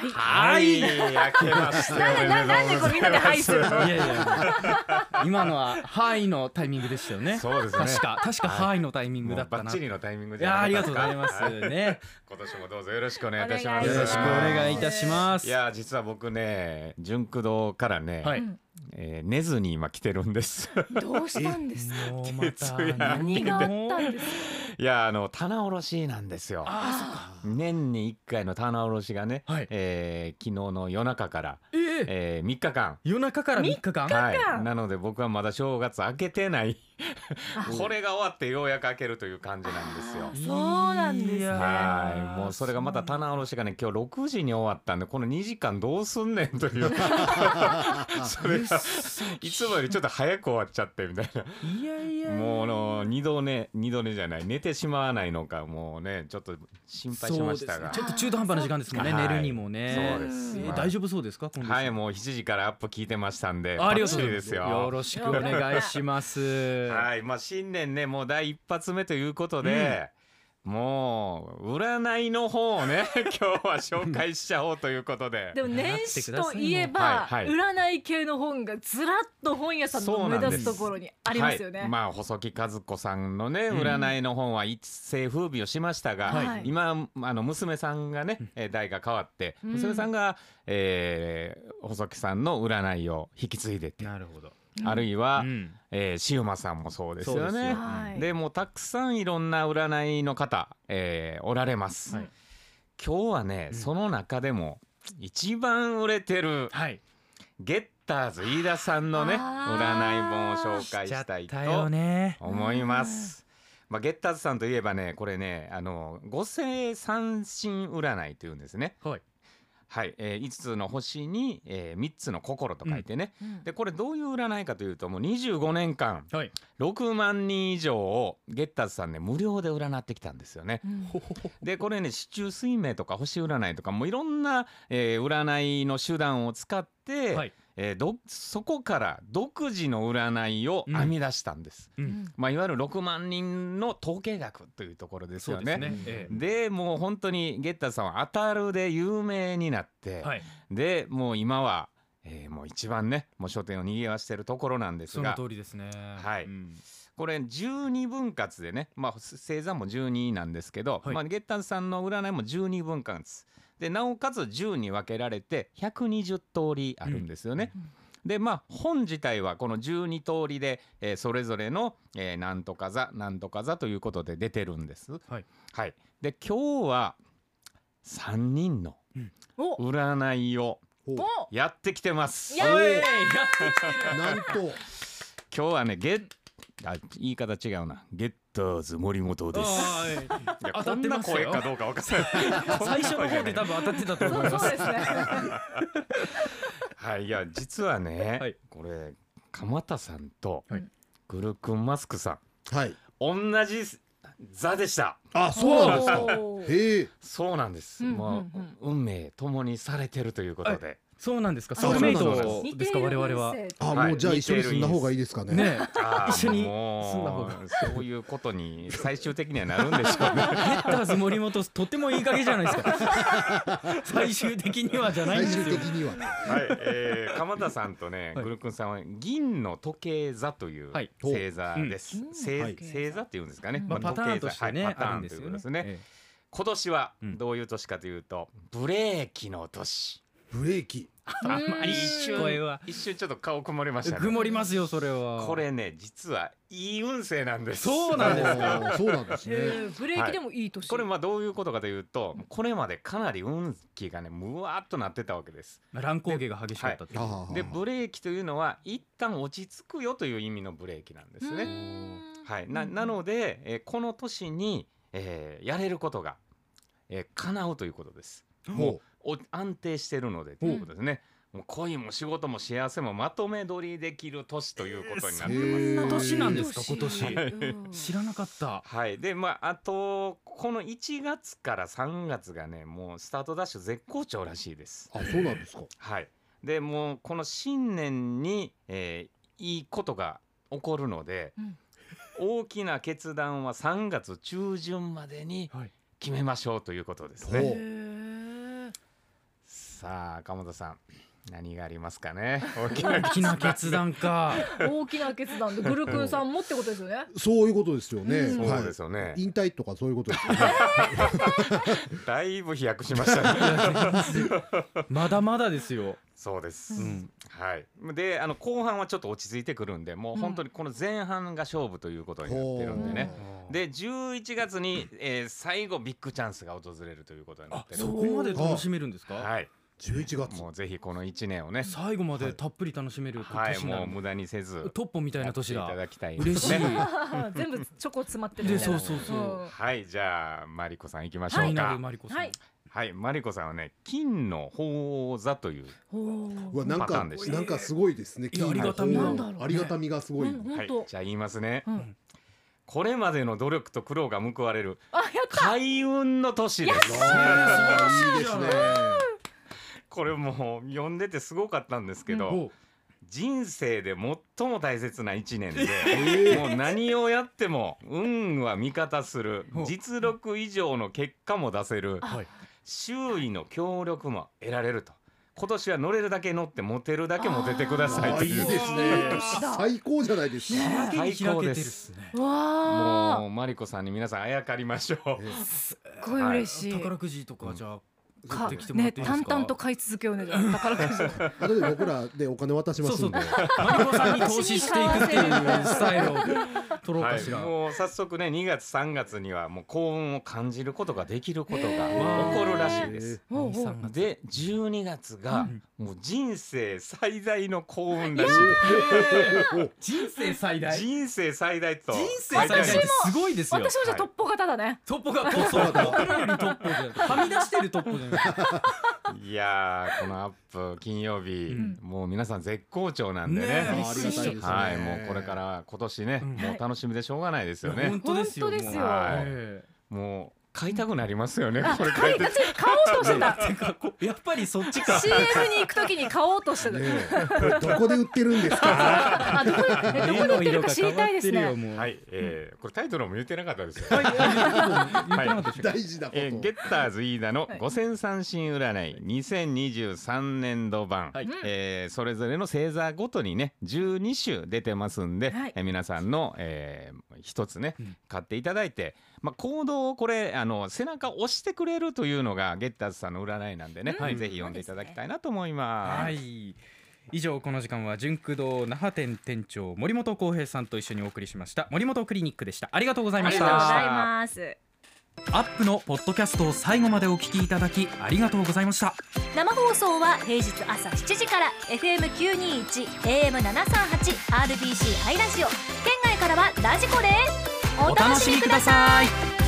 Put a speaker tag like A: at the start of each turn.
A: はい
B: はい、開けましておめでとうござ
A: ないんでなんでこうみんなでハイす るの
C: いやいや今のは「はい」のタイミングでしたよね
B: そうですね。
C: 確か確か「はい」のタイミン
B: も
C: グ
B: う
C: だった
B: バッ
C: な
B: チリ
C: い
B: のタイミングじゃ
C: やあ
B: な
C: り
B: かっ
C: が
B: た
C: とう
B: です
C: ございま
B: か
C: すね
B: 今年もどうぞよろしくお願いいたしま
A: は
B: す。
C: よろしくお願いいたします
B: いや実は僕ね純駆動からね、
C: はい
A: うん
B: えー寝ずに今来てるんです
A: どうしたんですか
C: もうまた
B: 徹夜
A: 何があったんですか
B: いやあの棚卸しなんですよ
C: あ
B: 年に1回の棚卸しがね、
C: はい
B: えー昨日の夜中から、
C: ーそっかええ
B: え3日間
C: 夜中から3日間
B: はい、なので僕はまだ正月明けてない
A: あ
B: これが終わってようやく明けるという感じなんですよ
A: あ。そうなんですね
C: いや
B: は
C: ー
B: い、もうそれがまた棚卸しがね今日6時に終わったんでこの2時間どうすんねんと いうそれがいつもよりちょっと早く終わっちゃってみたい
C: いやいや
B: なもうあの二度寝二度寝じゃない寝てしまわないのかもうねちょっと心配しましたが
C: そうですねちょっと中途半端な時間ですもんね、
B: はい
C: 寝るにもね
B: そうです
C: えー
B: まあ
C: 大丈夫そうですか今度
B: はいもう7時からアップ聞いてましたんで
C: あ
B: バ
C: り
B: ッ
C: がとう
B: チ
C: ござ
B: リ
C: いま
B: ですす
C: よ
B: よ。
C: ろしくお願いします
B: はい、まあ新年ね、もう第一発目ということで、もう占いの方をね、 今日は紹介しちゃおうということで。
A: でも年始といえば
B: はいは
A: 占い系の本がずらっと本屋さんの目立つところにありますよね。
B: はいまあ細木和子さんのね
C: うん
B: 占いの本は一世風靡をしましたが、
A: はい
B: 今あの娘さんがねえー代が変わって、
A: うん
B: 娘さんが、えー細木さんの占いを引き継いでて、
C: なるほど、
B: あるいは、
C: うん
B: えー、シウマさんもそうですよ
C: そうです
B: ね
C: よ。
A: はい
B: でもうたくさんいろんな占いの方、えーおられます、
C: はい
B: 今日はね、
C: うん
B: その中でも一番売れてる
C: はい
B: ゲッターズ飯田さんのね占い本
A: あー
B: を紹介
C: しちゃ
B: し
C: った
B: い
C: たよ
B: と
C: ね
B: 思います、まあ、ゲッターズさんといえばねこれねあの五星三神占いというんですね
C: はい
B: はい、え5つの星に、え3つの心と書いてね、
A: うん
B: でこれどういう占いかというともう25年間
C: はい
B: 6万人以上をゲッターズさんね無料で占ってきたんですよね。
A: うん
B: でこれね市中水明とか星占いとかもういろんな、えー占いの手段を使って、
C: はい
B: えーどそこから独自の占いを編み出したんです。
C: う
A: うんん
B: まあ、いわゆる6万人の統計学というところです
C: そう
B: よ
C: です
B: ね。
C: ねええ
B: でもう本当にゲッターズさんは当たるで有名になって、
C: はい
B: でもう今は、えーもう一番ねもう商店を賑わしてるところなんです
C: その
B: が
C: 通りですね
B: はい
C: うん
B: これ12分割でね、まあ、す星座も12なんですけど、
C: はい
B: まあ、月丹さんの占いも12分割でなおかつ10に分けられて120通りあるんですよね。
A: うん
B: でまあ本自体はこの12通りで、えーそれぞれの、えーなんとか座なんとか座ということで出てるんです。
C: はい
B: はい、で今日は3人の
A: お
B: 占いを
D: お
A: お
B: やってきてます。
A: やったー
D: なんと
B: 今日はねゲッあ言い方違うなゲッターズ森本です。
C: あ
B: いや
C: 当たってますよ
B: こんな声かどうか分からない。
C: あ 最初の方で多分当たってたと思
A: そ
C: い
A: う
C: ま
A: そう
C: す
A: ですね。
B: はい、いや実はね、
C: はい
B: これ鎌田さんと
C: はい
B: グルクンマスクさん、
D: はい
B: 同じ座でした。
D: あそうなんですか
A: おー
D: へえ
B: そうなんです。
A: うんうんうん
B: もう運命ともにされてるということで、
C: そうなんですか
A: あ
C: ソウルメイ
D: そうなん
C: トですか我々は
A: 似てる運勢
D: あ
B: はい
D: もうじゃあ一緒に住んだ方がいいですかね
C: ねえ
B: あー
C: 一緒に
B: もう
C: 住んだ方が
B: そういうことに最終的にはなるんで しょうね。
C: ゲッターズ森本とってもいい加減じゃないですか 最終的にはじゃないん
D: 最
C: です
D: 終
C: よ
D: 的には
B: はい、えー、鎌田さんとね、
C: はい
B: グルクンさんは銀の時計座という
C: はい
B: 星座です。
A: うん銀の
B: 星
A: 時計座
B: 星座っていうんですかね。
A: うん
C: まあ、パターンとしてね、
B: 時計座はいパタ
C: あるん
B: ーン
C: で
B: と
C: す
B: いう
C: よ
B: こと
C: ね。
B: ですね。
C: え
B: 今年は
C: うん
B: どういう年かというと、ブレーキの年
D: ブレーキ
C: えあまあ、いい声は。
B: 一瞬ちょっと顔曇りましたね
C: 曇りますよ、それは。
B: こ。れね実はいい運勢なんです
C: そう
D: あ
C: なんですか。
D: ーそうなんです
A: え
D: ね
A: ーブレーキでもいい年。
B: これまあどういうことかというとこれまでかなり運気がねむわっとなってたわけです
C: 乱高下が激しかったって。
D: あー
B: でブレーキというのは一旦落ち着くよという意味のブレーキなんです
A: う
B: ね
A: ーん
B: はいななので、えーこの年に、えーやれることが、えー叶うということです
D: も
B: お安定してるのでということですね。もう恋も仕事も幸せもまとめ取りできる年ということになってます。
D: へー
C: そんな年なんですか、今
A: 年
C: 年。
A: うん
C: 知らなかった。
B: はい、でまああとこの1月から3月がねもうスタートダッシュ絶好調らしいです。
D: あそうなんですか
B: はい、でもうこの新年に、えーいいことが起こるので、
A: うん
B: 大きな決断は3月中旬までに
C: はい
B: 決めましょうということです
D: ほ
B: ね。
D: う
A: へー
B: さあ鎌田さん何がありますかね大きな
C: 大きな決断 か。
A: 大きな決断でグルクンさんもってことですよね。
D: そういうことですよね。
A: うん
B: そうですよね
D: 引退とかそういうことですよね。
B: だいぶ飛躍しまし たね
C: まだまだですよ。
B: そうです、
C: うん
B: はいであの後半はちょっと落ち着いてくるんでもう本当にこの前半が勝負ということになってるんでね、で11月に、えー最後ビッグチャンスが訪れるということにな
C: あ
B: ってる
C: そこまで楽しめるんですか。
B: はい
D: 十一月。
B: もうぜひこの1年をね
C: 最後までたっぷり楽しめる
B: はい
C: 年にな
B: もう
C: る、
B: 無駄にせず
C: トッポみたい
B: や
C: な
B: って
C: 年
B: いた
C: だ
B: だきたい
C: 嬉しい、
A: 全部チョコ詰まってるみ
C: で
A: たいな。
C: そうそうそう、
A: ん
B: はいじゃあマリコさんいきまし
C: ファ
B: ょ
C: イ
B: う
C: ナル
B: か
C: マリコさん、
A: はい。
B: はいマリコさんはね金の鳳凰座という
A: ほ
D: うわ
A: う。
D: なん
B: パター
D: か
B: ンでした
D: なんかすごいですね。
C: いやありがたみ
A: が
D: 金の方ありがたみがすごい。
A: うん
B: は
A: 本
B: い
A: 当
B: じゃあ言いますね
A: うん
B: これまでの努力と苦労が報われる
A: あやった。
B: 開運の年です
D: あーいいですね。
B: これもう読んでてすごかったんですけど、
C: おう
B: 人生で最も大切な1年で、
D: えー
B: もう何をやっても運は味方する
C: ほう
B: 実力以上の結果も出せる
C: はい
B: 周囲の協力も得られると今年は乗れるだけ乗ってモテるだけモテてください
D: あ
B: と
D: ーいい
B: いう
D: ですね。最高じゃないですか。
C: 開けに開け
B: 最高
C: てる
B: で
C: っ
B: す
C: すね
A: わ
B: もうマリコさんに皆さんあやかりましょう。
A: あ。すごい嬉しい。
C: 宝くじとかじゃあ、買
A: か
C: ってきてもらっ
A: ね
C: ていいですか
A: 淡々と買い続けようねじゃあ宝 くじ。
D: あとで僕らでお金渡しま
C: そう
D: す
C: そ
D: ん
C: う
D: で
C: マ。リコさんに投資していくっていうスタイルを取ろう
B: は
C: か
B: い
C: しら、、
B: もう早速ね2月3月にはもう幸運を感じることができることが
A: へー
B: 起こるらしいです。
A: ほう
C: 兄
A: ほ
C: さ
A: うん
C: が
B: で12月
C: う
B: が
C: ん
B: もう人生最大の幸運らし
C: 人生最大
B: い
C: 人
B: 人生最大と
C: 生最大ってすごいですよ
A: 私もじゃあトッポ型だ ね。
C: トッポがそうそう僕らよりトッポじゃないはみ出してるトッポじゃない
B: いやーこのアップ金曜日、
C: うん
B: もう皆さん絶好調なんでね
C: ね
D: あーありがたいですね。
B: はいもうこれから今年ね、
C: うん
B: もう楽しみでしょうがないですよね、
C: 本当ですよ
A: 本当ですよ
C: もう
B: はい
C: え
B: もう買いたくなりますよね、
A: あ
B: これ
A: 買い
B: て
A: 私買おうとしてた
C: え。てかこうやっぱりそっちか
A: CM に行くときに買おうとしてた。
D: ねえこれどこで売ってるんですか。
A: あどこでえどこで売ってるか知りたいですね。
C: もう
B: はい、えーこれタイトルも言ってなかったですよ、
C: はい、言ってなかったでしょ
D: 大事なこ と。
B: えーゲッターズ飯田の
A: はい
B: 5000三振占い2023年度版、
C: はい
B: えーそれぞれの星座ごとにね12週出てますんで、
A: はい
B: えー皆さんの、えー一つね
C: うん
B: 買っていただいて、まあ、行動をこれあの背中押してくれるというのがゲッターズさんの占いなんでね、
A: うん
B: ぜひ読んでいただきたいなと思います。
C: はい。以上この時間は純駆堂那覇店店長森本浩平さんと一緒にお送りしました森本クリニックでしたありがとうござい
A: あ
C: ま
A: り
C: し
A: がとうご
C: た
A: ざいます。
C: アップのポッドキャストを最後までお聞きいただきありがとうございました
E: 生放送は平日朝7時から FM921 AM738 RBC ハイラジオ県外からはラジコでお楽しみください
C: さい